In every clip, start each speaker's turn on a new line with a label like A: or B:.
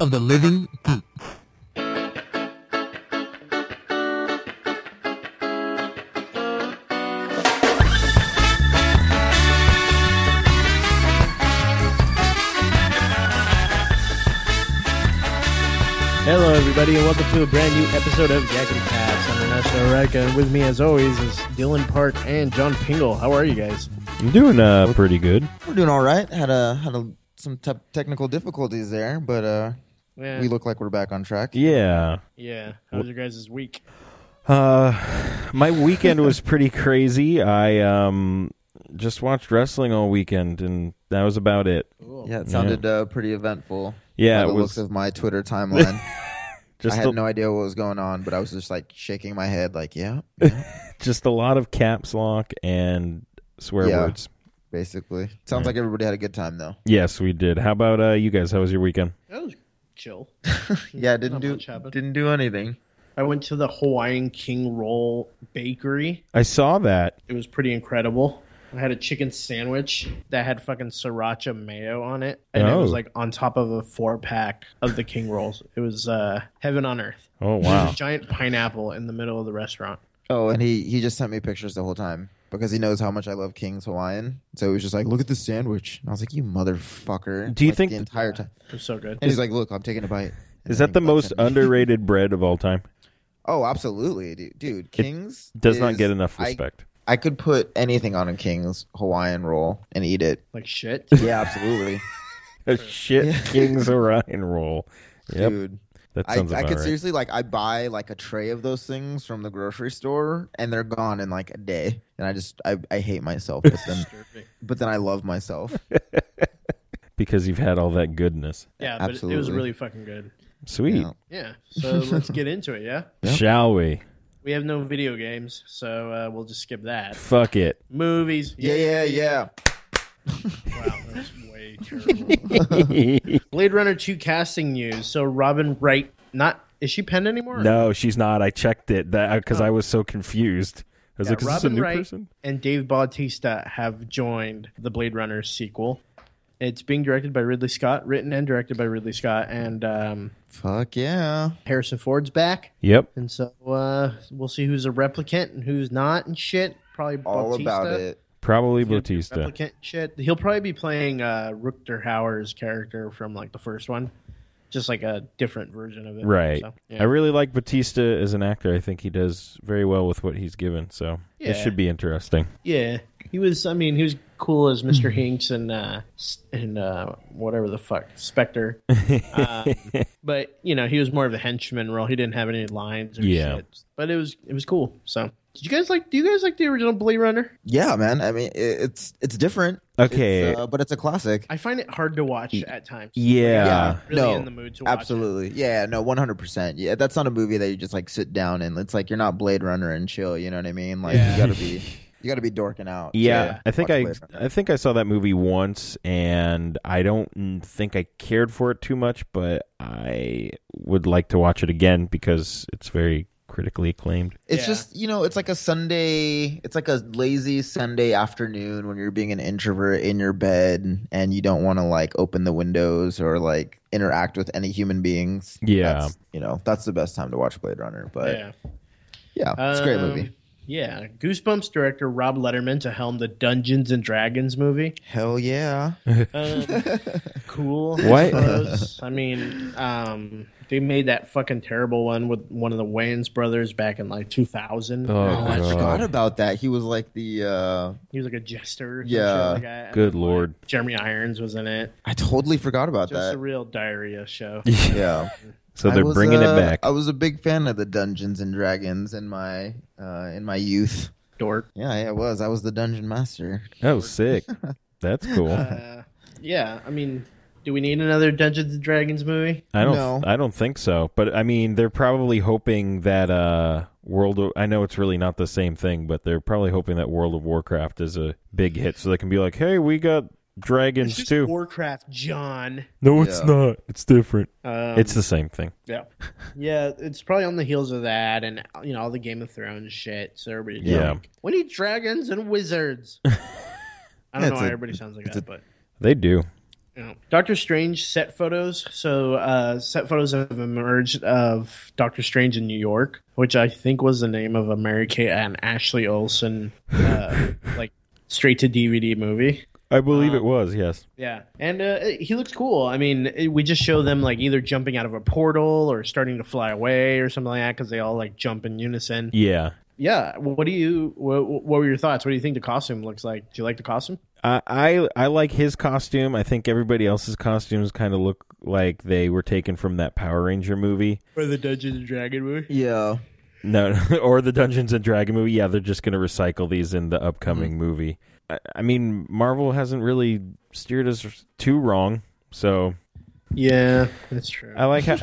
A: of the living geek.
B: Hello, everybody, and welcome to a brand new episode of Yakety Cast. I'm Ernesto Oreca, and with me, as always, is Dylan Park and John Pingle. How are you guys?
C: I'm doing uh pretty good.
D: We're doing all right. Had a had a, some te- technical difficulties there, but uh,
B: Yeah,
D: we look like we're back on track.
C: Yeah.
B: yeah. How was your guys' week?
C: Uh my weekend was pretty crazy. I um just watched wrestling all weekend and that was about it.
D: Yeah, it sounded Uh, pretty eventful.
C: Yeah,
D: by the
C: it was-
D: looks of my Twitter timeline. I
C: Just
D: had
C: a,
D: no idea what was going on, but I was just like shaking my head, like, yeah,
C: just a lot of caps lock and swear
D: Yeah.
C: words.
D: basically. Sounds like everybody had a good time though.
C: Yes, we did. How about uh you guys? How was your weekend?
B: That was chill.
D: Yeah, didn't
B: Not
D: do
B: much happened.
D: didn't do anything.
B: I went to the Hawaiian King Roll Bakery.
C: I saw that.
B: It was pretty incredible. I had a chicken sandwich that had fucking sriracha mayo on it, and it was
C: Oh.
B: like on top of a four pack of the King Rolls. It was uh, heaven on earth.
C: Oh
B: There's
C: wow.
B: a giant pineapple in the middle of the restaurant.
D: Oh, and he he just sent me pictures the whole time because he knows how much I love King's Hawaiian. So he was just like, look at this sandwich. And I was like, you motherfucker.
C: Do you
D: Like,
C: think
D: the
C: th-
D: entire time?
B: It was so good.
D: And he's like, look, I'm taking a bite. And
C: Is
D: then
C: that the
D: he
C: most
D: sent me-
C: underrated bread of all time?
D: Oh, absolutely, dude. dude Kings
C: Does not
D: is-
C: get enough
D: I-
C: respect.
D: I, could put anything on a King's Hawaiian roll and eat it.
B: Like shit.
D: Yeah, absolutely,
C: A shit King's Orion roll. Yep.
D: dude.
C: that
D: I,
C: sounds
D: I
C: about
D: could
C: right.
D: seriously like I buy like a tray of those things from the grocery store and they're gone in like a day and I just I, I hate myself but then
B: Disturbing.
D: but then I love myself.
C: because you've had all that goodness.
B: Yeah, but it- it was
D: Absolutely.
B: really fucking good.
C: Sweet.
D: Yeah.
B: Yeah. So let's get into it, yeah?
C: Shall we?
B: We have no video games, so uh, we'll just skip that.
C: Fuck it.
B: Movies.
D: Yeah, yeah, yeah.
B: Wow, that's way terrible. Blade Runner 2 casting news. So Robin Wright, not. Is she penned anymore?
C: No, she's not. I checked it that because I was so confused. I was
B: Yeah,
C: like, "Is this a
B: Robin
C: new
B: Wright
C: person?"
B: and Dave Bautista have joined the Blade Runner sequel. It's being directed by Ridley Scott, written and directed by Ridley Scott, and um,
D: Fuck yeah.
B: Harrison Ford's back.
C: Yep.
B: And so uh, we'll see who's a replicant and who's not and shit. Probably
D: All
B: Bautista.
D: about it.
C: Probably
B: He'll be a
C: Batista.
B: replicant shit. He'll probably be playing uh, Rutger Hauer's character from like the first one, just like a different version of it.
C: Right.
B: So,
C: I
B: yeah.
C: really like Batista as an actor. I think he does very well with what he's given. So
B: Yeah.
C: it should be interesting.
B: yeah. He was. I mean, he was cool as Mister
D: Mm-hmm.
B: Hinks and uh, s- and uh, whatever the fuck Spectre. Um, but you know, he was more of a henchman role. He didn't have any lines. Or
C: Yeah.
B: Shit. But it was it was cool. So. Did you guys like? Do you guys like the original Blade Runner?
D: Yeah, man. I mean, it, it's it's different.
C: Okay.
D: It's, uh, but it's a classic.
B: I find it hard to watch at times.
C: yeah.
D: Yeah.
B: Really
D: No,
B: in the mood to watch it.
D: Absolutely. Yeah, no, 100%. Yeah, that's not a movie that you just like sit down and it's like you're not Blade Runner and chill, you know what I mean? Like
B: Yeah.
D: you got to be you got to be dorking out. to
C: Yeah,
B: Yeah.
C: I think
D: watch
C: I
D: Blade Runner.
C: I think I saw that movie once, and I don't mm, think I cared for it too much, but I would like to watch it again because it's very critically acclaimed.
D: It's
B: Yeah.
D: just, you know, it's like a Sunday, it's like a lazy Sunday afternoon when you're being an introvert in your bed and you don't want to like open the windows or like interact with any human beings.
C: Yeah.
D: That's, you know, that's the best time to watch Blade Runner, but yeah,
B: Yeah.
D: it's a great
B: Um,
D: movie.
B: Yeah, Goosebumps director Rob Letterman to helm the Dungeons and Dragons movie.
D: Hell yeah.
B: Um, cool.
C: Why-
B: I, suppose. I mean, um, they made that fucking terrible one with one of the Wayans brothers back in like 2000.
D: Oh, I
B: Uh,
D: forgot about that. He was like the uh
B: He was like a jester. or some
D: Yeah.
B: shit like that. And
C: Good
B: then,
C: lord.
B: like, Jeremy Irons was in it.
D: I totally forgot about
B: Just
D: that.
B: a real diarrhea show.
D: yeah.
C: So
D: I
C: they're
D: was,
C: bringing
D: uh,
C: it back.
D: I was a big fan of the Dungeons and Dragons in my uh, in my youth.
B: Dork.
D: Yeah, yeah, I was. I was the dungeon master.
C: oh, sick. That's cool.
B: Uh, yeah, I mean, do we need another Dungeons and Dragons movie?
C: I don't
D: no.
C: I don't think so, but I mean they're probably hoping that uh World of, I know it's really not the same thing, but they're probably hoping that World of Warcraft is a big hit so they can be like, "Hey, we got dragons
B: It's just
C: too."
B: Warcraft, John.
C: no,
D: Yeah.
C: not. It's different.
B: Um,
C: it's the same thing.
B: Yeah. Yeah, it's probably on the heels of that and you know all the Game of Thrones shit. So everybody
C: Yeah.
B: yeah. we need dragons and wizards. I don't know
D: It's
B: why
D: a-
B: everybody sounds like that, but
C: They do.
B: you know, Doctor Strange set photos. So uh, set photos have emerged of Doctor Strange in New York, which I think was the name of a Mary Kate and Ashley Olsen, uh, like straight to DVD movie.
C: I believe it was, yes.
B: Yeah, and uh, he looks cool. I mean, it, we just show them like either jumping out of a portal or starting to fly away or something like that because they all like jump in unison.
C: Yeah.
B: Yeah. What do you? What, what were your thoughts? What do you think the costume looks like? Do you like the costume?
C: I I I like his costume. I think everybody else's costumes kind of look like they were taken from that Power Ranger movie.
B: Or the Dungeons and Dragon movie?
D: Yeah.
C: No, or the Dungeons and Dragon movie. Yeah, they're just going to recycle these in the
B: Mm.
C: upcoming movie. I, I mean, Marvel hasn't really steered us too wrong. So
B: Yeah, Uh, that's true.
C: I like how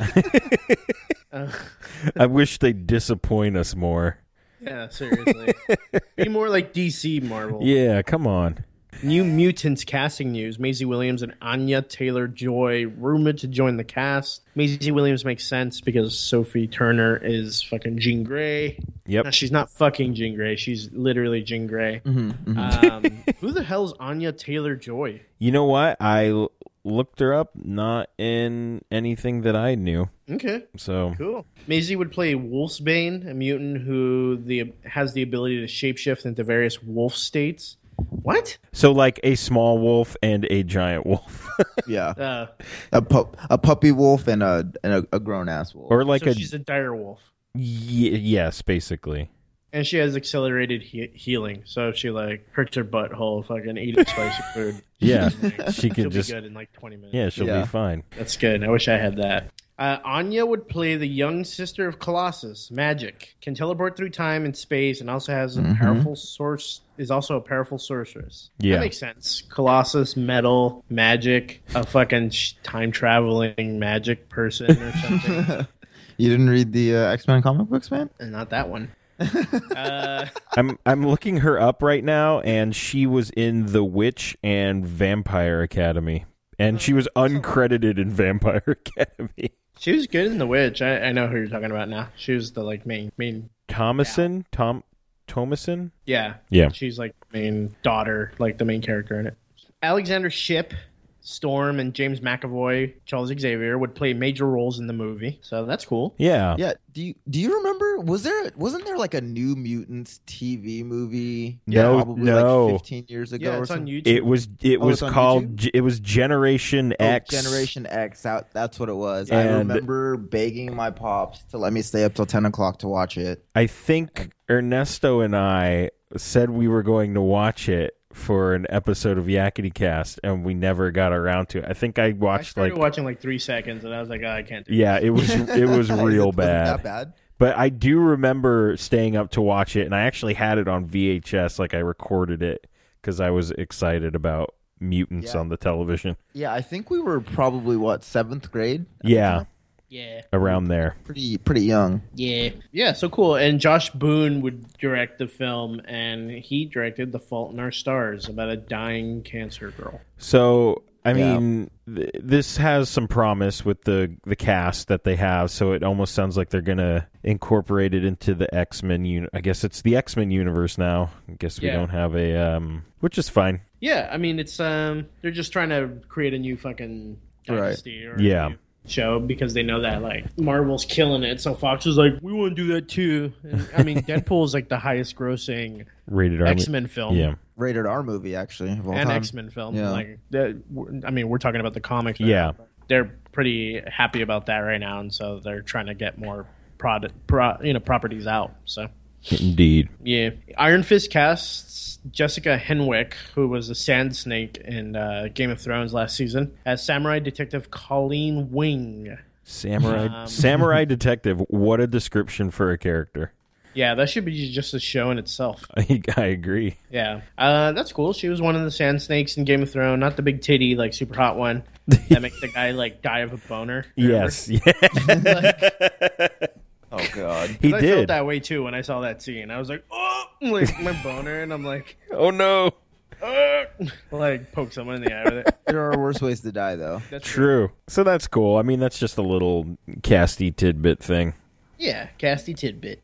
C: I wish they disappoint us more.
B: yeah, seriously. Be more like DC Marvel.
C: Yeah, come on.
B: New Mutants casting news. Maisie Williams and Anya Taylor Joy rumored to join the cast. Maisie Williams makes sense because Sophie Turner is fucking Jean Grey. No,
C: Yep.
B: she's not fucking Jean Grey. She's literally Jean Grey.
D: Mm-hmm,
C: Mm-hmm.
B: Um, who the hell's Anya Taylor Joy?
C: You know what? I l- looked her up not in anything that I knew.
B: Okay.
C: So
B: Cool. Maisie would play Wolfsbane, a mutant who the has the ability to shapeshift into various wolf states. What?
C: so like a small wolf and a giant wolf
D: Yeah.
B: Uh,
D: A pup, a puppy wolf and a and a, a grown ass wolf.
C: or like
B: so
C: a
B: she's a dire wolf,
C: y- yes, basically.
B: and she has accelerated he- healing. So if she like hurts her butthole, fucking eat a spicy food.
C: Yeah.
B: She'll
C: she could just
B: be good in like twenty minutes.
C: Yeah, she'll
D: Yeah.
C: be fine.
B: That's good. I wish I had that. Uh, Anya would play the young sister of Colossus, Magic, can teleport through time and space, and also has a powerful source. Is also a powerful sorceress.
C: Yeah.
B: that makes sense. Colossus, metal, magic, a fucking sh- time traveling magic person or something.
D: you didn't read the uh, X Men comic books, man?
B: And Not that one. Uh,
C: I'm I'm looking her up right now and she was in The Witch and Vampire Academy. And she was uncredited in Vampire Academy.
B: she was good in The Witch. I, I know who you're talking about now. She was the like main main.
C: Thomason? Tom Thomason?
B: Yeah,
C: Yeah.
B: She's like main daughter, like the main character in it. Alexander Ship, Storm, and James McAvoy, Charles Xavier would play major roles in the movie, so that's cool.
C: Yeah.
D: Yeah. Do you do you remember? Was there wasn't there like a New Mutants TV movie?
C: No,
D: probably
C: no.
D: like fifteen years ago.
B: Yeah,
D: or
B: it's on
D: something?
B: YouTube.
C: It was it
D: Oh,
C: was
D: it's on
C: called
D: YouTube?
C: G- it was Generation
D: Oh,
C: X.
D: Generation X. That, that's what it was. I
C: And-
D: remember begging my pops to let me stay up till ten o'clock to watch it.
C: I think Ernesto and I said we were going to watch it for an episode of Yakety Cast and we never got around to it. I think I
B: I
C: watched
B: started
C: like
B: watching like three seconds, and I was like, oh, I can't. do
C: Yeah, it was it was real
D: Wasn't That bad.
C: But I do remember staying up to watch it, and I actually had it on VHS. Like I recorded it because I was excited about mutants
D: Yeah.
C: on the television.
D: Yeah, I think we were probably what seventh grade.
C: Yeah,
B: Yeah,
C: around there.
D: Pretty pretty young.
B: yeah, yeah. So cool. And Josh Boone would direct the film, and he directed *The Fault in Our Stars* about a dying cancer girl.
C: So I
D: Yeah.
C: mean, th- this has some promise with the the cast that they have. So it almost sounds like they're gonna incorporate it into the X Men. Un- I guess it's the X Men universe now. I guess we
B: Yeah.
C: don't have a um, which is fine.
B: Yeah, I mean, it's um, they're just trying to create a new fucking
D: Right.
B: dynasty or a
C: Yeah.
B: new show because they know that like Marvel's killing it, so Fox is like, we want to do that too. And, I mean, Deadpool is like the highest grossing
C: Rated R.
B: X Men film.
C: Yeah,
D: Rated R movie actually of all
B: And
D: time.
B: X Men film,
D: Yeah.
B: like, that, we're- I mean, we're talking about the comics. right
C: yeah.
B: now, but they're pretty happy about that right now, and so they're trying to get more product, pro, you know, properties out. So
C: Indeed.
B: Yeah, Iron Fist casts Jessica Henwick, who was the Sand Snake in uh, Game of Thrones last season, as Samurai Detective Colleen Wing.
C: Samurai
B: Um,
C: Samurai Detective. What a description for a character.
B: Yeah, that should be just a show in itself.
C: I, I agree.
B: Yeah, uh, that's cool. She was one of the Sand Snakes in Game of Thrones, not the big titty, like super hot one that makes the guy like die of a boner.
C: Yes. Yeah.
D: Oh god.
C: He
B: I felt
C: did.
B: that way too when I saw that scene. I was like, oh, like my boner, and I'm like,
C: Oh no.
B: oh, like poke someone in the eye with it.
D: there are worse ways to die though.
B: That's
C: True. So that's cool. I mean, that's just a little casty tidbit thing.
B: Yeah, casty tidbit.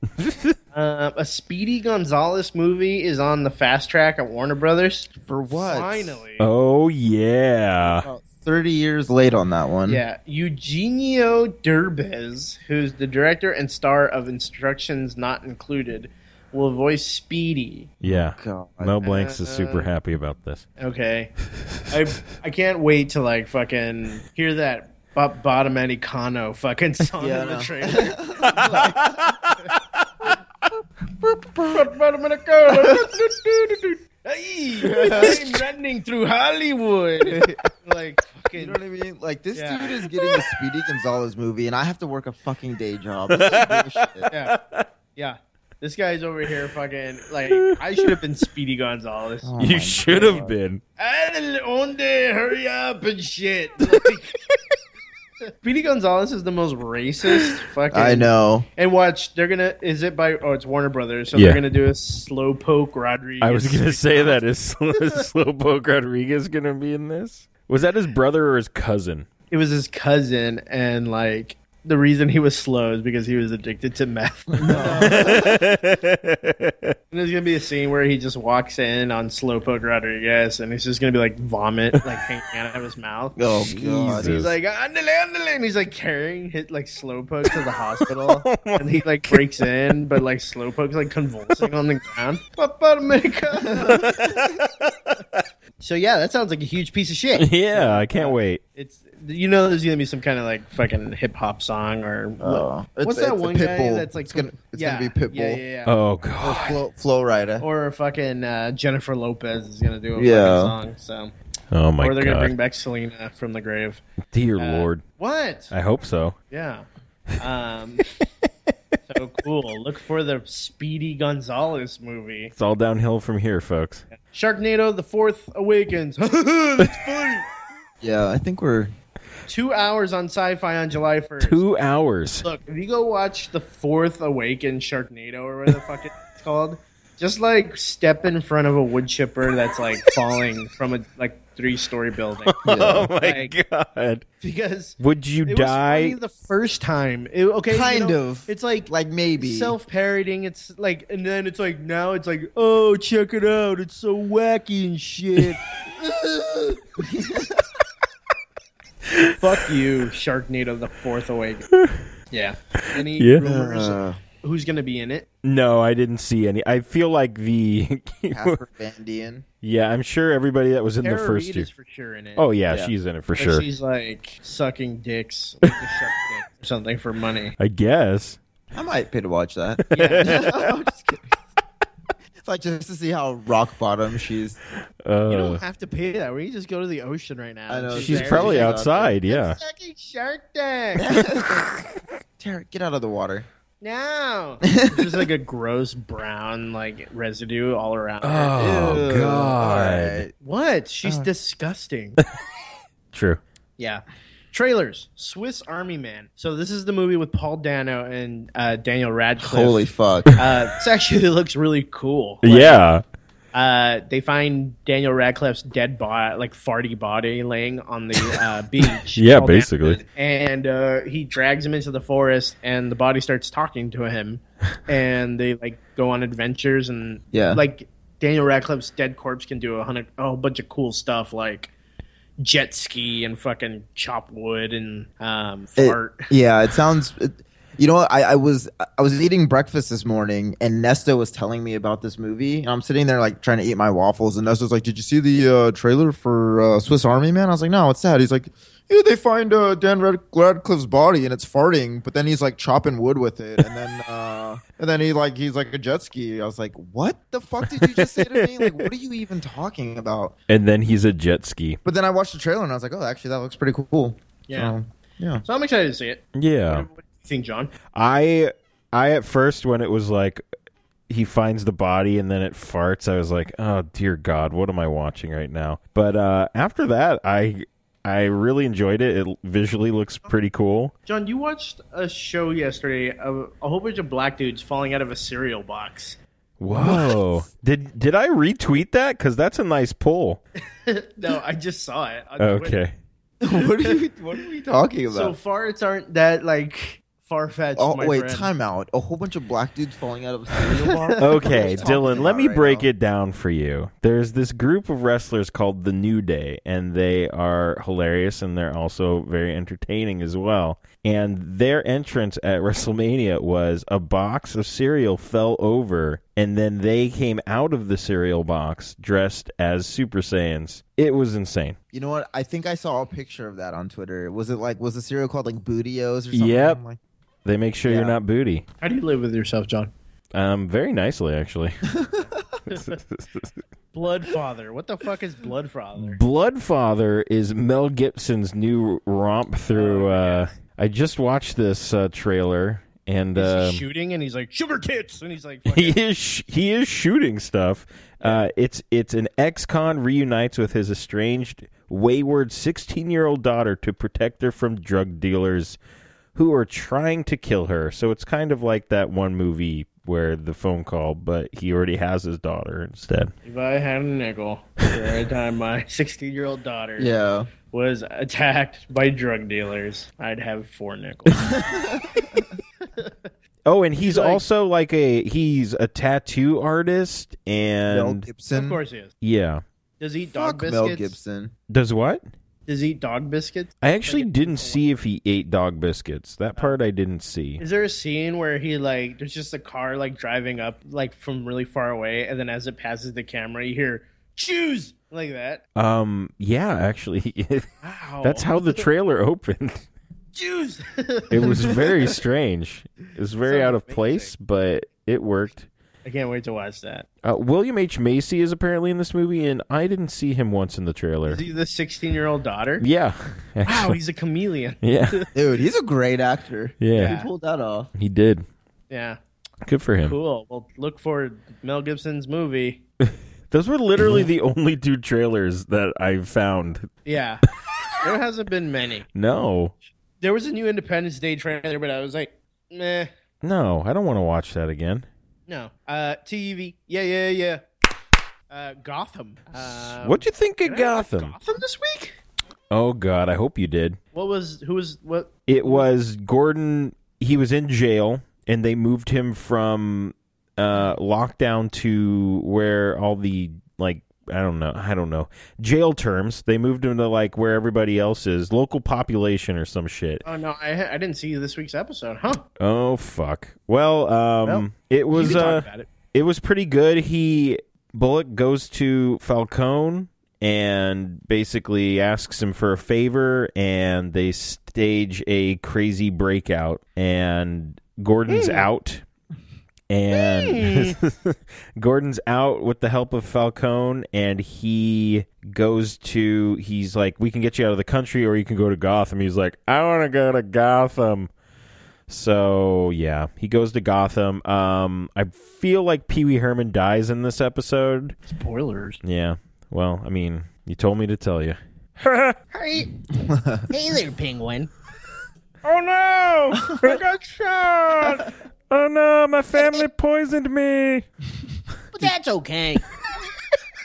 B: uh, a Speedy Gonzalez movie is on the fast track at Warner Brothers.
D: For what?
B: Finally.
C: Oh yeah.
D: About 30 years late on that one.
B: Yeah, Eugenio Derbez, who's the director and star of Instructions Not Included, will voice Speedy.
C: Yeah.
B: Oh,
D: God.
C: Mel Blanks is super
B: Uh-huh.
C: happy about this.
B: Okay, I I can't wait to like fucking hear that bo- bottom Eddie fucking song
D: Yeah, I
B: in the
D: know.
B: trailer. I'm running through Hollywood. like
D: You
B: fucking
D: know what I mean? Like this
B: Yeah.
D: dude is getting a Speedy Gonzalez movie, and I have to work a fucking day job. This is bullshit.
B: yeah, yeah. This guy's over here fucking like I should have been Speedy Gonzalez.
D: Oh
C: you
D: my
C: should
D: God.
C: have been.
B: Al onde, hurry up and shit. Like, Speedy Gonzalez is the most racist fucking.
D: I know.
B: And watch, they're gonna. Is it by? Oh, it's Warner Brothers, so
C: Yeah.
B: they're gonna do a slowpoke Rodriguez.
C: I was gonna say that is, Sl- is Slowpoke Rodriguez gonna be in this? Was that his brother or his cousin?
B: It was his cousin, and like the reason he was slow is because he was addicted to meth. And there's gonna be a scene where he just walks in on Slowpoke Rodriguez, and he's just gonna be like vomit, like hanging out of his mouth.
D: Oh
C: Jesus.
D: god.
B: Uh, He's like, andale, andale, and he's like carrying hit like Slowpoke to the hospital, and he like breaks in, but like Slowpoke's like convulsing on the ground. Papa America. so yeah, that sounds like a huge piece of shit.
C: yeah, I can't wait.
B: It's you know there's gonna be some kind of like fucking hip hop song or
D: Oh. It's-
B: what's that
D: it's a
B: one
D: pit
B: guy
D: bull.
B: that's like
D: It's gonna- it's
B: yeah,
D: gonna be Uh, Pitbull.
B: Yeah, yeah, yeah.
C: Oh god.
D: Flo, Flo Rida.
B: Or fucking uh, Jennifer Lopez is gonna do a
D: Yeah.
B: fucking song. So
C: Oh my
B: or they're gonna
C: god.
B: bring back Selena from the grave.
C: Dear
B: Uh,
C: Lord.
B: What?
C: I hope so.
B: Yeah. Um, so cool. Look for the Speedy Gonzalez movie.
C: It's all downhill from here, folks.
B: Sharknado the Fourth Awakens. That's funny.
D: Yeah, I think we're
B: Two hours on sci fi on July 1st.
C: Two hours.
B: Look, if you go watch the Fourth Awakened Sharknado or whatever the fuck it's called, just like step in front of a wood chipper that's like falling from a like three story building.
C: Oh my
B: Like-
C: god.
B: Because
C: Would you
B: it was funny
C: die?
B: the first time. It- okay, you
D: Kind
B: know,
D: of.
B: It's like
D: like maybe.
B: self-parodying it's like and then it's like now it's like oh check it out it's so wacky and shit fuck you sharknado the fourth awakening yeah any
C: Yeah.
B: rumors of
D: Uh,
B: who's gonna be in it
C: No, I didn't see any. I feel like the
D: Casper Van Dien.
C: Yeah, I'm sure everybody that was in the
B: Tara
C: first
B: Reid
C: two.
B: is for sure in it
C: Oh yeah,
D: Yeah.
C: she's in it for
B: But
C: sure.
B: she's like sucking dicks with the shark dick or something for money
C: I guess.
D: I might pay to watch that.
B: yeah.
D: I'm just kidding. It's like just to see how rock bottom she's.
B: you don't
C: Uh,
B: have to pay that we can just go to the ocean right now
D: I know,
C: she's
D: She's
C: probably
D: out there.
C: outside. Yeah.
B: sucking shark dick
D: Tara, get out of the water.
B: No. It's just like a gross brown like residue all around. her.
C: Oh god.
D: Ew. All right.
B: What? She's
D: Oh.
B: disgusting.
C: True.
B: yeah. Trailers. Swiss Army Man. So this is the movie with Paul Dano and uh, Daniel Radcliffe.
D: Holy fuck.
B: Uh, this actually looks really cool.
C: yeah.
B: Uh, they find Daniel Radcliffe's dead body, like farty body, laying on the uh, beach.
C: Yeah,
B: Paul Dano-
C: basically.
B: and uh, he drags him into the forest and the body starts talking to him and they like go on adventures and
D: Yeah.
B: like daniel radcliffe's dead corpse can do a, hundred, a whole bunch of cool stuff like jet ski and fucking chop wood and um
D: It-
B: fart
D: yeah, it sounds. It, you know, what? I, I was I was eating breakfast this morning, and Nesta was telling me about this movie, and I'm sitting there like trying to eat my waffles, and Nesta's like, "Did you see the uh, trailer for uh, Swiss Army Man?" I was like, "No, what's that?" He's like, "Yeah, they find uh, Dan Rad- Radcliffe's body, and it's farting, but then he's like chopping wood with it, and then uh, and then he like he's like a jet ski." I was like, "What the fuck did you just say to me? Like, what are you even talking about?"
C: And then he's a jet ski.
D: But then I watched the trailer, and I was like, "Oh, actually, that looks pretty cool."
B: yeah
D: So, yeah.
B: so i'm excited to see it
C: Yeah.
B: what, what do you think john
C: I I at first when it was like he finds the body and then it farts, I was like, "Oh dear god, what am I watching right now?" But uh after that, I I really enjoyed it. It visually looks pretty cool.
B: john you watched a show yesterday of a whole bunch of black dudes falling out of a cereal box
C: Whoa. Did did I retweet that cuz that's a nice pull.
B: no i just saw it on Twitter.
C: Okay.
D: what are you? What are we talking
B: So farts aren't that like far fetched.
D: Oh
B: my
D: wait,
B: friend.
D: time out. A whole bunch of black dudes falling out of a cereal bar.
C: Okay,
D: What are we
C: Dylan,
D: talking
C: let me
D: about right
C: break
D: now?
C: it down for you. There's this group of wrestlers called The New Day, and they are hilarious and they're also very entertaining as well. And their entrance at WrestleMania was a box of cereal fell over, and then they came out of the cereal box dressed as Super Saiyans. It was insane.
D: You know what? I think I saw a picture of that on Twitter. Was it like was the cereal called like Bootios or something?
C: Yep.
D: I'm like-
C: They make sure you're
D: Yeah.
C: not booty.
B: How do you live with yourself, John?
C: Um, very nicely, actually.
B: Bloodfather. What the fuck is Bloodfather?
C: Bloodfather is Mel Gibson's new romp through. uh, I just watched this uh, trailer, and
B: Is
C: um,
B: he shooting and he's like sugar tits and he's like
C: he
B: fucking-
C: is sh- he is shooting stuff. Uh, it's it's an ex-con reunites with his estranged, wayward sixteen-year-old daughter to protect her from drug dealers who are trying to kill her. So it's kind of like that one movie where the phone call, but he already has his daughter instead.
B: if I had a nickel for every time my 16 year old daughter
D: Yeah.
B: was attacked by drug dealers, I'd have four nickels.
C: Oh, and he's
B: like-
C: also like a he's a tattoo artist
D: Mel
C: and
D: Gibson.
B: of course he is.
C: yeah.
B: Does he eat dog
D: Fuck
B: biscuits?
D: Mel Gibson.
C: Does what?
B: Does he eat dog biscuits?
C: I actually didn't see if he ate dog biscuits.
B: Oh.
C: That part I didn't see.
B: Is there a scene where he like there's just a car like driving up like from really far away and then as it passes the camera you hear choose like that?
C: Um yeah, actually
B: Wow.
C: that's how
B: Oh.
C: the trailer opened.
B: choose.
C: It was very strange. It was very
B: Sounds
C: out of place, but it worked.
B: I can't wait to watch that.
C: Uh, William H. Macy is apparently in this movie and I didn't see him once in the trailer.
B: Is he the 16 year old daughter?
C: Yeah.
B: Wow,
C: actually.
B: he's a chameleon.
C: Yeah.
D: Dude, he's a great actor.
C: Yeah.
D: He pulled that off.
C: He did.
B: Yeah.
C: Good for him.
B: Cool. Well, look forward to Mel Gibson's movie.
C: Those were literally the only two trailers that I found.
B: Yeah. there hasn't been many.
C: No.
B: There was a new Independence Day trailer, but I was like, meh,
C: No, I don't want to watch that again.
B: no. Uh, TV. Yeah, yeah, yeah. Uh, Gotham. Um,
C: What'd you think of
B: did I watch
C: Gotham?
B: Gotham this week?
C: Oh god, I hope you did.
B: What was, who was, what?
C: It was Gordon he was in jail and they moved him from uh lockdown to where all the like I don't know, I don't know. Jail terms. They moved him to like where everybody else is, local population or some shit.
B: Oh, no, I, I didn't see this week's episode, huh?
C: Oh fuck. Well, um
D: Well,
C: it
B: You
C: was
B: can talk
C: uh
B: about it.
C: it was pretty good. He Bullock goes to Falcone and basically asks him for a favor, and they stage a crazy breakout, and Gordon's out. And Gordon's out with the help of Falcone, and he goes to. He's like, We can get you out of the country, or you can go to Gotham. He's like, I want to go to Gotham. So yeah, he goes to Gotham. Um, I feel like Pee Wee Herman dies in this episode.
B: Spoilers.
C: Yeah. Well, I mean, you told me to tell you.
B: Hey, hey there, penguin.
C: Oh no! I got shot. Oh no! My family poisoned me.
B: But that's okay.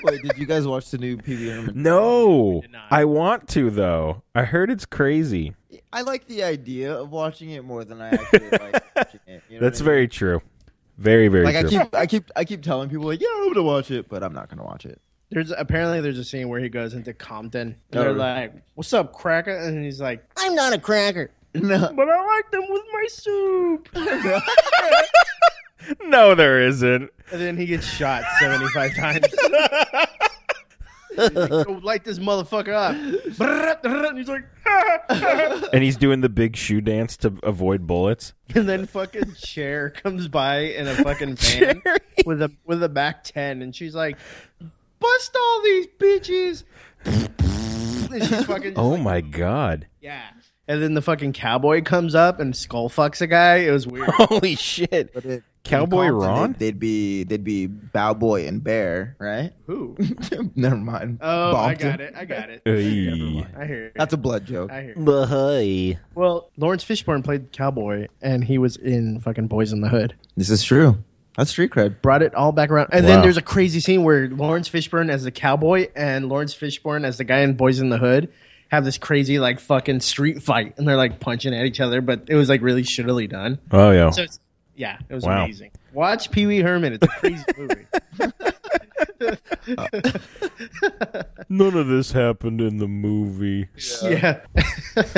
D: Wait, did you guys watch the new PB Herman?
C: No,
B: did not.
C: I want to though. I heard it's crazy.
D: I like the idea of watching it more than I actually like watching it. you know
C: That's
D: what I mean?
C: very true. Very very
D: like I
C: true.
D: keep I keep I keep telling people like, yeah, I'm gonna watch it, but I'm not gonna watch it.
B: There's apparently there's a scene where he goes into Compton and
D: Oh.
B: they're like, "What's up, cracker?" And he's like, "I'm not a cracker,
D: No.
B: but I like them with my soup."
C: no, there isn't.
B: and then he gets shot 75 times. He's like, Go light this motherfucker up. And he's like,
C: And he's doing the big shoe dance to avoid bullets.
B: and then fucking chair comes by in a fucking van with a with a back ten, and she's like, "Bust all these bitches." And she's fucking just
C: Oh
B: like,
C: my god.
B: Yeah. And then the fucking cowboy comes up and skull fucks a guy. It was weird.
C: Holy shit.
D: But it,
C: Cowboy
D: in Compton,
C: Ron?
D: They'd, they'd be they'd be Bowboy and Bear, right?
B: Who?
D: Never mind.
B: Oh, I
D: Bompton.
B: got it. I got it.
C: Hey.
B: I hear it.
D: That's a blood joke.
B: I hear it.
C: Hey.
B: Well, Lawrence Fishburne played cowboy, and he was in fucking Boys in the Hood.
D: This is true. That's street cred.
B: Brought it all back around. And
C: Wow.
B: then there's a crazy scene where Lawrence Fishburne as the cowboy and Lawrence Fishburne as the guy in Boys in the Hood have this crazy like fucking street fight, and they're like punching at each other, but it was like really shittily done.
C: Oh yeah.
B: So it's, yeah, it was
C: Wow.
B: amazing. Watch Pee Wee Herman; it's a crazy movie.
C: None of this happened in the movie.
B: yeah.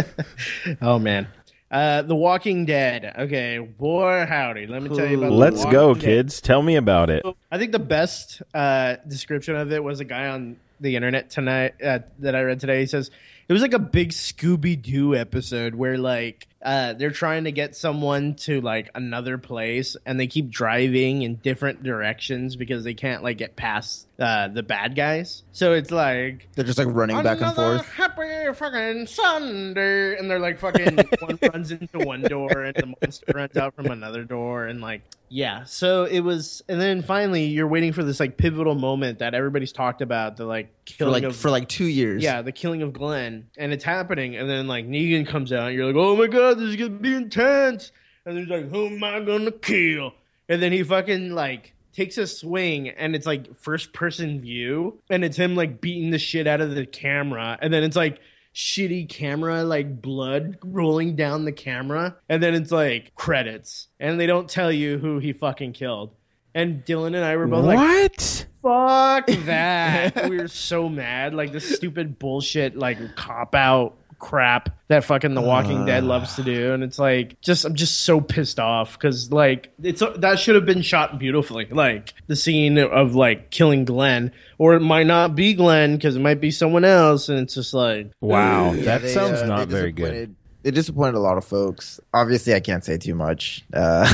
B: oh man. Uh, The Walking Dead. Okay, boy howdy. Let me tell you about. The
C: Let's go,
B: Walking Dead.
C: kids. Tell me about it.
B: I think the best uh, description of it was a guy on the internet tonight uh, that I read today. He says it was like a big Scooby Doo episode where like uh, they're trying to get someone to like another place, and they keep driving in different directions because they can't like get past uh, the bad guys. So it's like
D: They're just like running back and
B: Another
D: forth.
B: Happy fucking Sunday, and they're like fucking one runs into one door, and the monster runs out from another door, and like yeah. So it was, and then finally you're waiting for this like pivotal moment that everybody's talked about, the like
D: For
B: killing
D: like
B: of
D: for like two years.
B: yeah, the killing of Glenn, and it's happening, and then like Negan comes out, and you're like, oh my god, this is gonna be intense, and he's like, who am I gonna kill? And then he fucking like takes a swing, and it's like first person view, and it's him like beating the shit out of the camera, and then it's like shitty camera like blood rolling down the camera, and then it's like credits, and they don't tell you who he fucking killed. And Dylan and I were both like,
C: What?
B: Fuck that. we were so mad. Like this stupid bullshit, like cop out crap that fucking The Walking Dead loves to do. And it's like, just, I'm just so pissed off because, like, it's that should have been shot beautifully. Like the scene of, like, killing Glenn, or it might not be Glenn because it might be someone else. And it's just like,
C: Wow,
D: Yeah,
C: that
D: they,
C: sounds
D: uh,
C: not
D: they
C: very good.
D: disappointed- They disappointed a lot of folks. Obviously, I can't say too much uh,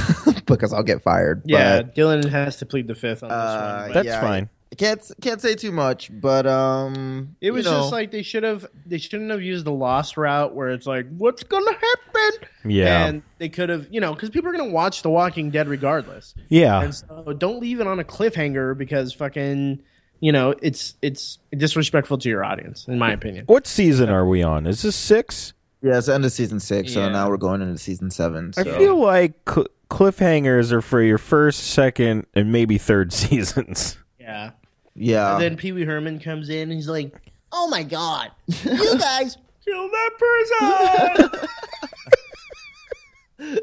D: because I'll get fired.
B: yeah,
D: but,
B: Dylan has to plead the fifth on this
D: Uh,
B: one. but-
C: That's
D: Yeah,
C: fine.
D: I can't can't say too much, but um,
B: It was
D: you know,
B: just like they should have they shouldn't have used the lost route where it's like what's gonna happen
C: Yeah.
B: and they could have you know because people are gonna watch The Walking Dead regardless
C: yeah.
B: and so don't leave it on a cliffhanger because fucking you know it's it's disrespectful to your audience in my opinion
C: What season are we on? Is this six?
D: yeah, it's the end of season six, so
B: Yeah.
D: now we're going into season seven. So.
C: I feel like cl- cliffhangers are for your first, second, and maybe third seasons.
B: yeah
D: yeah,
B: and then Pee Wee Herman comes in and he's like oh my god you guys kill that person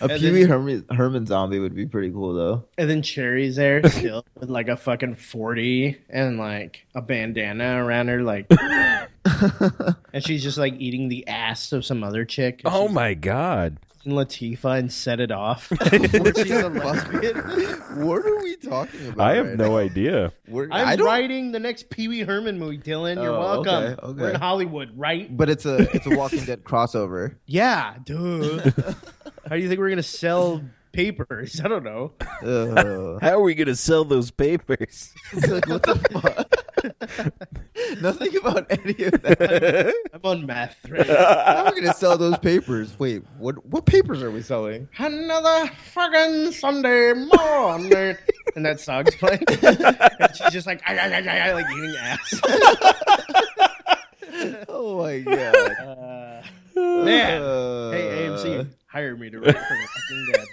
D: a
B: and
D: Pee
B: then-
D: Wee Herman, Herman zombie would be pretty cool though.
B: and then Cherry's there still with like a fucking forty and like a bandana around her like. And she's just like eating the ass of some other chick.
C: Oh my god.
B: She's Latifah and set it off.
D: Which is a lesbian. what are we talking about?
C: I have
D: right
C: no
D: now?
C: idea.
D: We're, I
B: I'm
D: don't-
B: writing the next Pee Wee Herman movie, Dylan. You're
D: Oh,
B: welcome.
D: okay, okay.
B: We're in Hollywood, right?
D: but it's a it's a Walking Dead crossover.
B: Yeah, dude. How do you think we're gonna sell papers? I don't know.
D: Ugh.
C: How are we going to sell those papers?
D: It's like, what the fuck? Nothing about any of that.
B: I'm on math. Right?
D: How are we gonna sell those papers? Wait, what? What papers are we selling?
B: Another fucking Sunday morning. and that song's playing. and she's just like, I, I, I, I, like eating ass.
D: Oh my god,
B: Uh, man.
D: Uh,
B: Hey AMC, hire me to write for the fucking dead.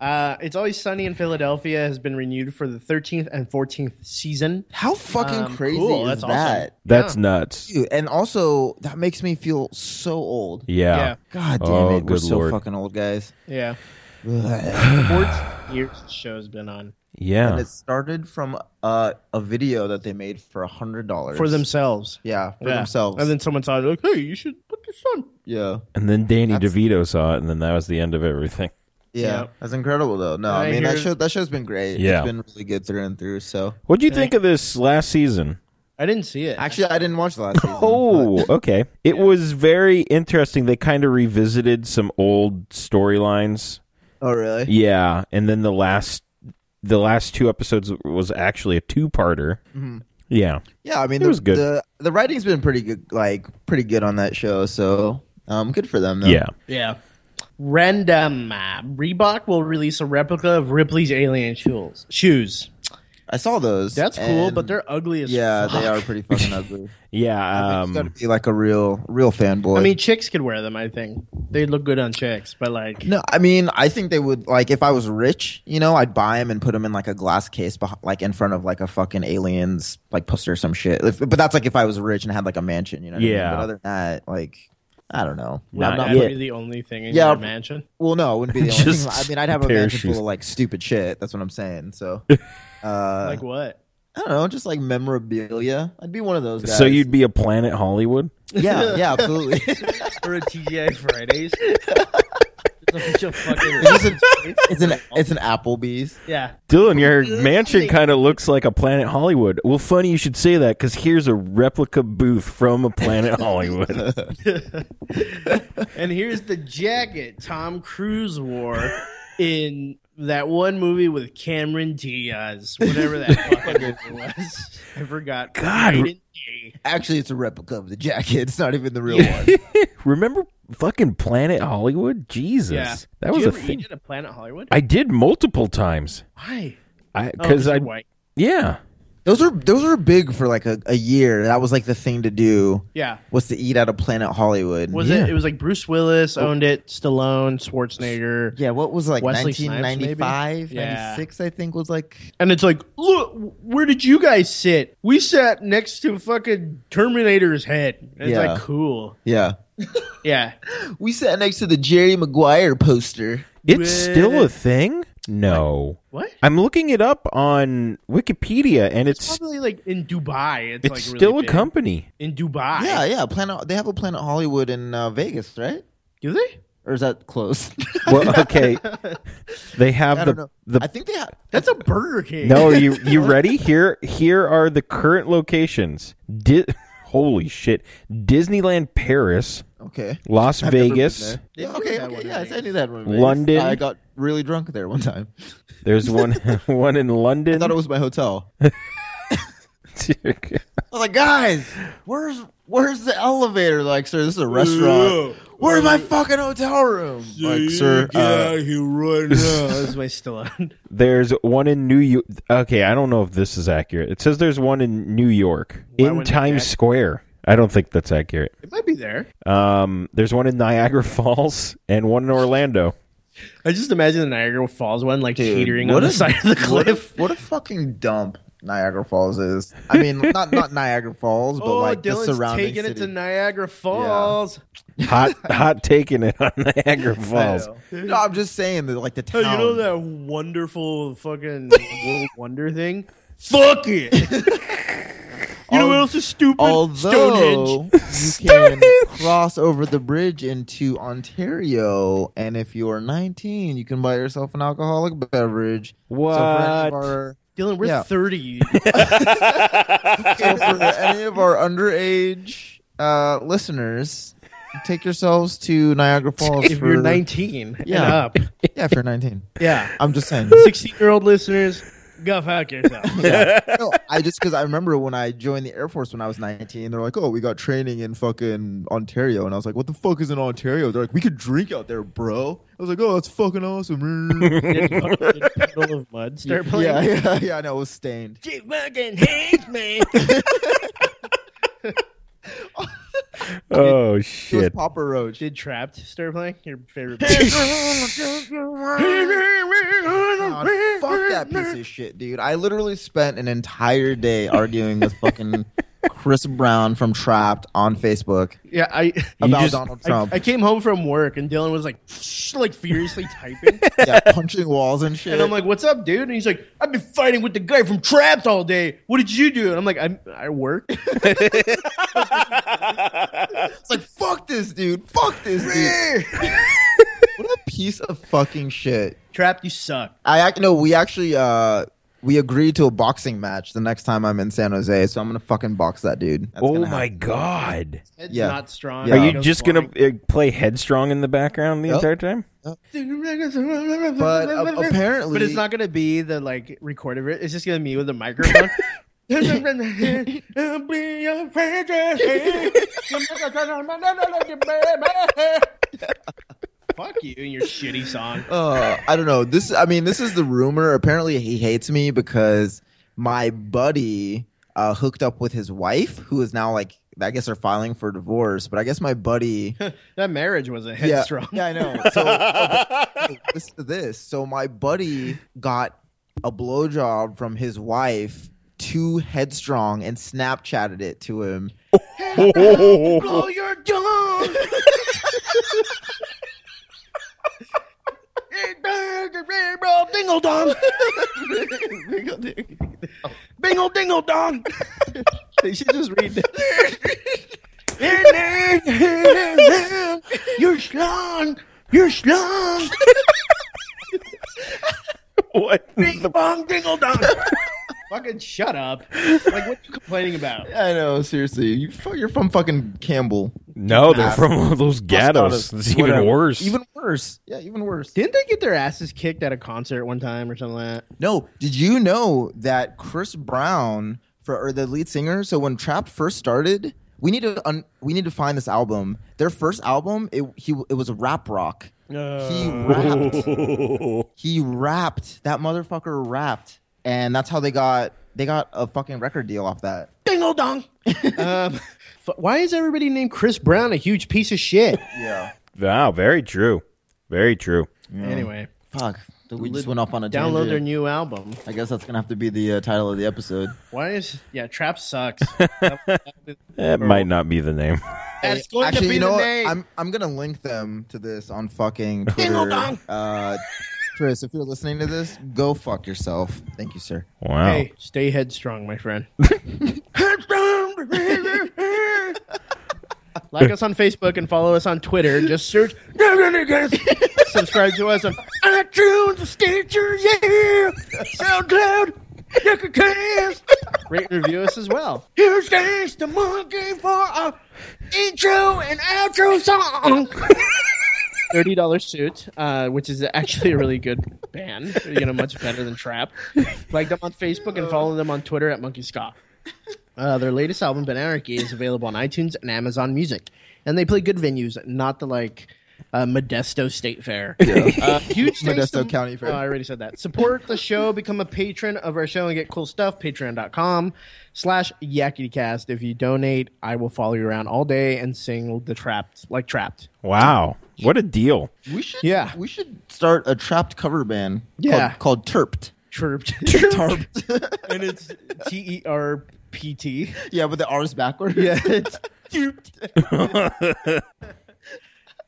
B: Uh, it's always sunny in Philadelphia has been renewed for the 13th and 14th season.
D: How fucking
B: Um,
D: crazy
B: cool,
D: is
B: that's awesome.
D: that?
C: That's
B: Yeah.
C: nuts.
D: Dude, and also that makes me feel so old.
C: Yeah.
D: God damn
C: Oh,
D: it, we're
C: good
D: so
C: lord.
D: fucking old, guys.
B: yeah,
D: Ugh.
B: yeah. 14 years the show's been on
C: Yeah.
D: and it started from uh, a video that they made for a hundred dollars
B: for themselves.
D: Yeah, for
B: Yeah.
D: themselves.
B: And then someone saw it like, hey, you should put this on.
D: yeah.
C: And then Danny
D: That's-
C: DeVito saw it, and then that was the end of everything.
D: Yeah,
B: Yep.
D: that's incredible though. No,
B: I
D: I, mean that
B: hear-
D: show that show's been great.
C: Yeah.
D: It's been really good through and through. So
C: What do you think of this last season?
B: I didn't see it.
D: actually, I didn't watch the last season.
C: Oh, okay. It was very interesting. They kind of revisited some old storylines.
D: but- oh really?
C: Yeah, and then the last the last two episodes was actually a two-parter.
B: Mm-hmm.
C: Yeah.
D: Yeah, I mean
C: It
D: the,
C: was good.
D: The, the writing's been pretty good, like pretty good on that show. So um, good for
B: Oh.
D: them. Though.
C: Yeah.
B: yeah. Random uh, Reebok will release a replica of Ripley's Alien Shoes. Shoes.
D: I saw those.
B: That's cool,
D: and-
B: but they're ugly as
D: yeah,
B: fuck.
D: they are pretty fucking ugly.
C: Yeah.
D: Um, got to
C: Um,
D: be like a real, real fanboy.
B: I mean, chicks could wear them. I think they look good on chicks, but like,
D: no, I mean, I think they would like if I was rich, you know, I'd buy them and put them in like a glass case, beh like in front of like a fucking aliens like poster or some shit. If, but that's like if I was rich and had like a mansion, you know. what I mean?
C: Yeah.
D: But other than that, like, I don't know.
B: would
C: Not
B: that
C: yet.
B: be the only thing in
D: Yeah.
B: your mansion?
D: Well, no, it wouldn't be the only
C: Just
D: thing. I mean, I'd have
C: a
D: a
C: pair of
D: mansion
C: shoes.
D: full of like stupid shit. That's what I'm saying. So, uh,
B: Like what?
D: I don't know, just like memorabilia. I'd be one of those guys.
C: so you'd be a Planet Hollywood?
D: yeah, yeah, absolutely.
B: Or a TGI Fridays? There's a bunch of fucking-
D: It's just a- it's an it's an Applebee's.
B: yeah.
C: Dylan, your mansion kind of looks like a Planet Hollywood. Well, funny you should say that because here's a replica booth from a Planet Hollywood.
B: and here's the jacket Tom Cruise wore in that one movie with Cameron Diaz, whatever that fucking movie was. I forgot.
C: God.
B: Raiden Day.
D: Actually, it's a replica of the jacket. It's not even the real one.
C: Remember fucking Planet Hollywood? Jesus,
B: Yeah.
C: that was
B: Did
C: a
B: you ever
C: thing.
B: eat at a Planet Hollywood?
C: I did multiple times.
B: Why?
C: I
B: Oh,
C: because
B: you're
C: I
B: white.
C: yeah.
D: Those were those were big for like a, a year. That was like the thing to do
B: Yeah.
D: was to eat out of Planet Hollywood.
B: Was
C: Yeah. Oh.
B: it? It was like Bruce Willis owned it, Stallone, Schwarzenegger,
D: yeah, what was it, like
B: Wesley Snipes,
D: 1995,
B: maybe? Yeah.
D: 96, I think was like
B: and it's like, look, where did you guys sit? We sat next to fucking Terminator's head. And It's
D: Yeah.
B: like cool.
D: yeah.
B: Yeah,
D: We sat next to the Jerry Maguire poster.
C: It's still a
B: With-
C: thing? No.
B: what?
C: I'm looking it up on Wikipedia and it's
B: Probably like in Dubai. It's,
C: it's
B: like really
C: still a
B: big.
C: company.
B: in Dubai.
D: Yeah, yeah, Planet they have a Planet Hollywood in uh, Vegas, right?
B: Do they?
D: Or is that close?
C: Well, okay. They
D: I
C: have
D: don't
C: the
D: know. I
C: the
D: think they have
B: That's a Burger King.
C: No, you you ready? Here here are the current locations. Di- Holy shit. Disneyland Paris,
D: Okay.
C: Las Vegas.
B: They
D: Yeah,
B: do
D: okay,
B: that
D: okay,
B: one in
D: yes, I
B: Vegas.
D: knew that one.
C: London.
D: I got really drunk there one time.
C: There's one one in
D: I
C: London.
D: thought it was my hotel. I was like, guys, where's where's the elevator? They're Like, sir, this is a restaurant. Where's my fucking hotel room? Like, sir, uh,
B: you right now. that was my Stallone.
C: There's one in New York. Okay, I don't know if this is accurate. It says there's one in New York
B: Why
C: in
B: wouldn't it be
C: Times
B: ac-
C: Square. I don't think that's accurate.
B: It might be there.
C: Um, there's one in Niagara Falls and one in Orlando.
B: I just imagine the Niagara Falls one, like
D: dude,
B: teetering
D: what
B: on the
D: a-
B: side of the
D: What a,
B: cliff.
D: what a fucking dump Niagara Falls is. I mean, not not Niagara Falls, but
B: Oh,
D: like the
B: Dylan's
D: surrounding
B: taking it to
D: city.
B: Niagara Falls.
C: Hot, hot taking it on Niagara Falls.
D: no, I'm just saying that, like the
B: Hey,
D: town.
B: Oh, you know that wonderful fucking world wonder thing? Fuck it. you know what else is stupid?
D: Although
B: Stonehenge.
D: you can cross over the bridge into Ontario, and if you are 19, you can buy yourself an alcoholic beverage. So for any of
C: What?
D: our,
B: Dylan, we're
D: Yeah.
B: thirty. you-
D: so for any of our underage uh, listeners, take yourselves to Niagara Falls.
B: if
D: for,
B: you're nineteen
D: Yeah.
B: and up,
D: yeah, if you're 19,
B: yeah.
D: I'm just saying.
B: 16 year old listeners, go fuck yourself.
D: Yeah. No, I just because I remember when I joined the Air Force when I was 19, they're like, oh, we got training in fucking Ontario. And I was like, what the fuck is in Ontario? They're like, we could drink out there, bro. I was like, oh, that's fucking awesome. yeah,
B: Did Puddle of Mud start playing?
D: yeah, yeah, I know. It was stained.
B: She fucking hates me.
C: Oh
D: It was
C: shit!
D: Papa Roach.
B: Did Trapped start playing? Your favorite
D: God, fuck that piece of shit, dude. I literally spent an entire day arguing with fucking Chris Brown from Trapped on Facebook
B: Yeah, I.
D: about
C: just-
D: Donald
B: I,
D: Trump.
B: I came home from work and Dylan was like, like furiously typing,
D: yeah, punching walls and shit.
B: and I'm like, "What's up, dude?" And he's like, "I've been fighting with the guy from Trapped all day. What did you do?" And I'm like, "I I work."
D: It's like fuck this dude, fuck this dude. what a piece of fucking shit.
B: Trapped, you suck.
D: I act no, we actually uh we agreed to a boxing match the next time I'm in San Jose, so I'm gonna fucking box that dude. That's
C: oh
D: gonna
C: my
D: happen.
C: god!
B: It's
D: Yeah.
B: not strong.
D: Yeah.
C: Are
B: It
C: you
B: goes
C: just
B: flying.
C: gonna uh, play headstrong in the background the
D: Yep.
C: entire time?
D: But uh, apparently,
B: But it's not gonna be the like recorded. ver- It's just gonna be me with a microphone. Fuck you and your shitty song.
D: Uh, I don't know. This, I mean, this is the rumor. Apparently, he hates me because my buddy uh, hooked up with his wife, who is now like I guess they're filing for divorce. But I guess my buddy,
B: that marriage was a
D: yeah,
B: headstrong.
D: yeah, I know. So okay, listen to this. So my buddy got a blowjob from his wife to headstrong and Snapchatted it to him.
B: Blow your dong. Dingle dong. Dingle dingle, dingle dong. they should just read that. You're strong. You're strong.
C: what?
B: Bing bong dingle dong. Fucking shut up. Like, what you complaining about?
D: I know. Seriously, you fu- you're from fucking Campbell.
C: No, they're from one of those ghettos. It's even
D: Whatever.
C: worse.
D: Even worse. Yeah, even worse.
B: Didn't they get their asses kicked at a concert one time or something like that?
D: No, did you know that Chris Brown for or the lead singer? So when Trap first started, we need to un, we need to find this album. Their first album, it he it was rap rock.
B: Uh.
D: He rapped. He rapped. That motherfucker rapped, and that's how they got they got a fucking record deal off that.
B: Dingle dong. um, f- why is everybody named Chris Brown a huge piece of shit?
D: Yeah.
C: wow, very true. Very true.
B: Anyway,
D: Fuck. We just went off on
B: download
D: a tangent.
B: their new album.
D: I guess that's gonna have to be the uh, title of the episode.
B: Why is yeah? Trap sucks.
C: It might not be the name.
B: That's going
D: Actually,
B: to be
D: you know
B: the
D: what?
B: name.
D: I'm I'm gonna link them to this on fucking
B: Dingle
D: Twitter.
B: dong.
D: uh, Chris, if you're listening to this, go fuck yourself. Thank you, sir.
C: Wow.
B: Hey, stay headstrong, my friend. like us on Facebook and follow us on Twitter. Just search. Subscribe to us on iTunes, Stitcher, yeah, SoundCloud, Nickercast. Rate and review us as well. Here's thanks to Monkey for our intro and outro song. Thirty dollars suit, uh, which is actually a really good band. You know, much better than Trap. Like them on Facebook and follow them on Twitter at Monkey Ska. Uh, their latest album, Bananarchy, is available on iTunes and Amazon Music, and they play good venues, not the like uh, Modesto State Fair. Uh, huge thanks
D: Modesto County Fair.
B: Oh, I already said that. Support the show, become a patron of our show, and get cool stuff. Patreon.com slash YakityCast. If you donate, I will follow you around all day and sing the trapped like trapped.
C: Wow. What a deal.
D: We should
B: Yeah.
D: we should start a trapped cover band.
B: Yeah.
D: called, called Terped.
B: Chirped.
D: Tarped.
B: and it's T E R P T.
D: yeah, but the R's backwards.
B: Yeah. It's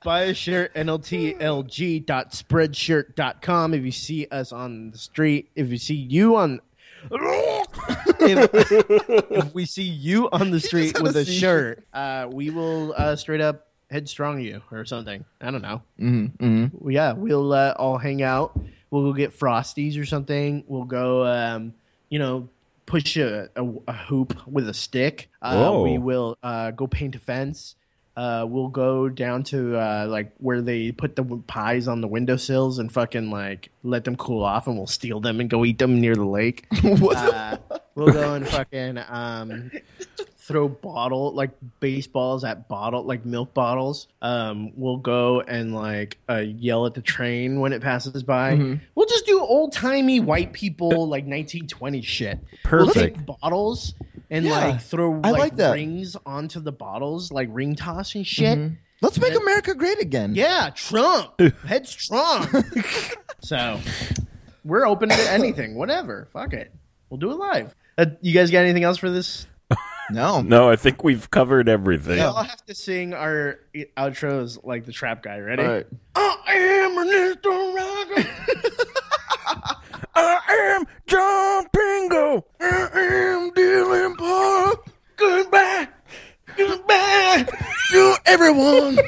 B: Buy a shirt, nltlg.spreadshirt.com. If you see us on the street, if you see you on. if, if we see you on the street
D: had
B: with
D: a
B: a
D: seizure.
B: shirt, uh, we will uh, straight up headstrong you or something. I don't know.
D: Mm-hmm,
B: Well, Yeah, we'll uh, all hang out. We'll go get frosties or something. We'll go, um, you know, push a, a, a hoop with a stick. Uh,
C: Whoa.
B: we will uh, go paint a fence. Uh, we'll go down to uh, like where they put the w- pies on the windowsills and fucking like let them cool off, and we'll steal them and go eat them near the lake.
D: What the-
B: Uh, we'll go and fucking um, throw bottle like baseballs at bottle like milk bottles. Um, we'll go and like uh, yell at the train when it passes by.
D: Mm-hmm.
B: We'll just do old timey white people like 1920 shit. We'll
C: Perfect.
B: take bottles and
D: Yeah,
B: like throw
D: I
B: like,
D: like that.
B: rings onto the bottles like ring toss and shit.
D: Let's make America great again.
B: Yeah, Trump headstrong. so we're open to anything, whatever. Fuck it, we'll do it live. Uh, you guys got anything else for this?
D: No.
C: No, I think we've covered everything.
B: We all have to sing our i- outros like the trap guy. Ready?
D: All right.
B: I am Ernesto Rocco.
C: I am John Pingo. I am Dylan Park.
B: Goodbye. Goodbye.
D: To everyone.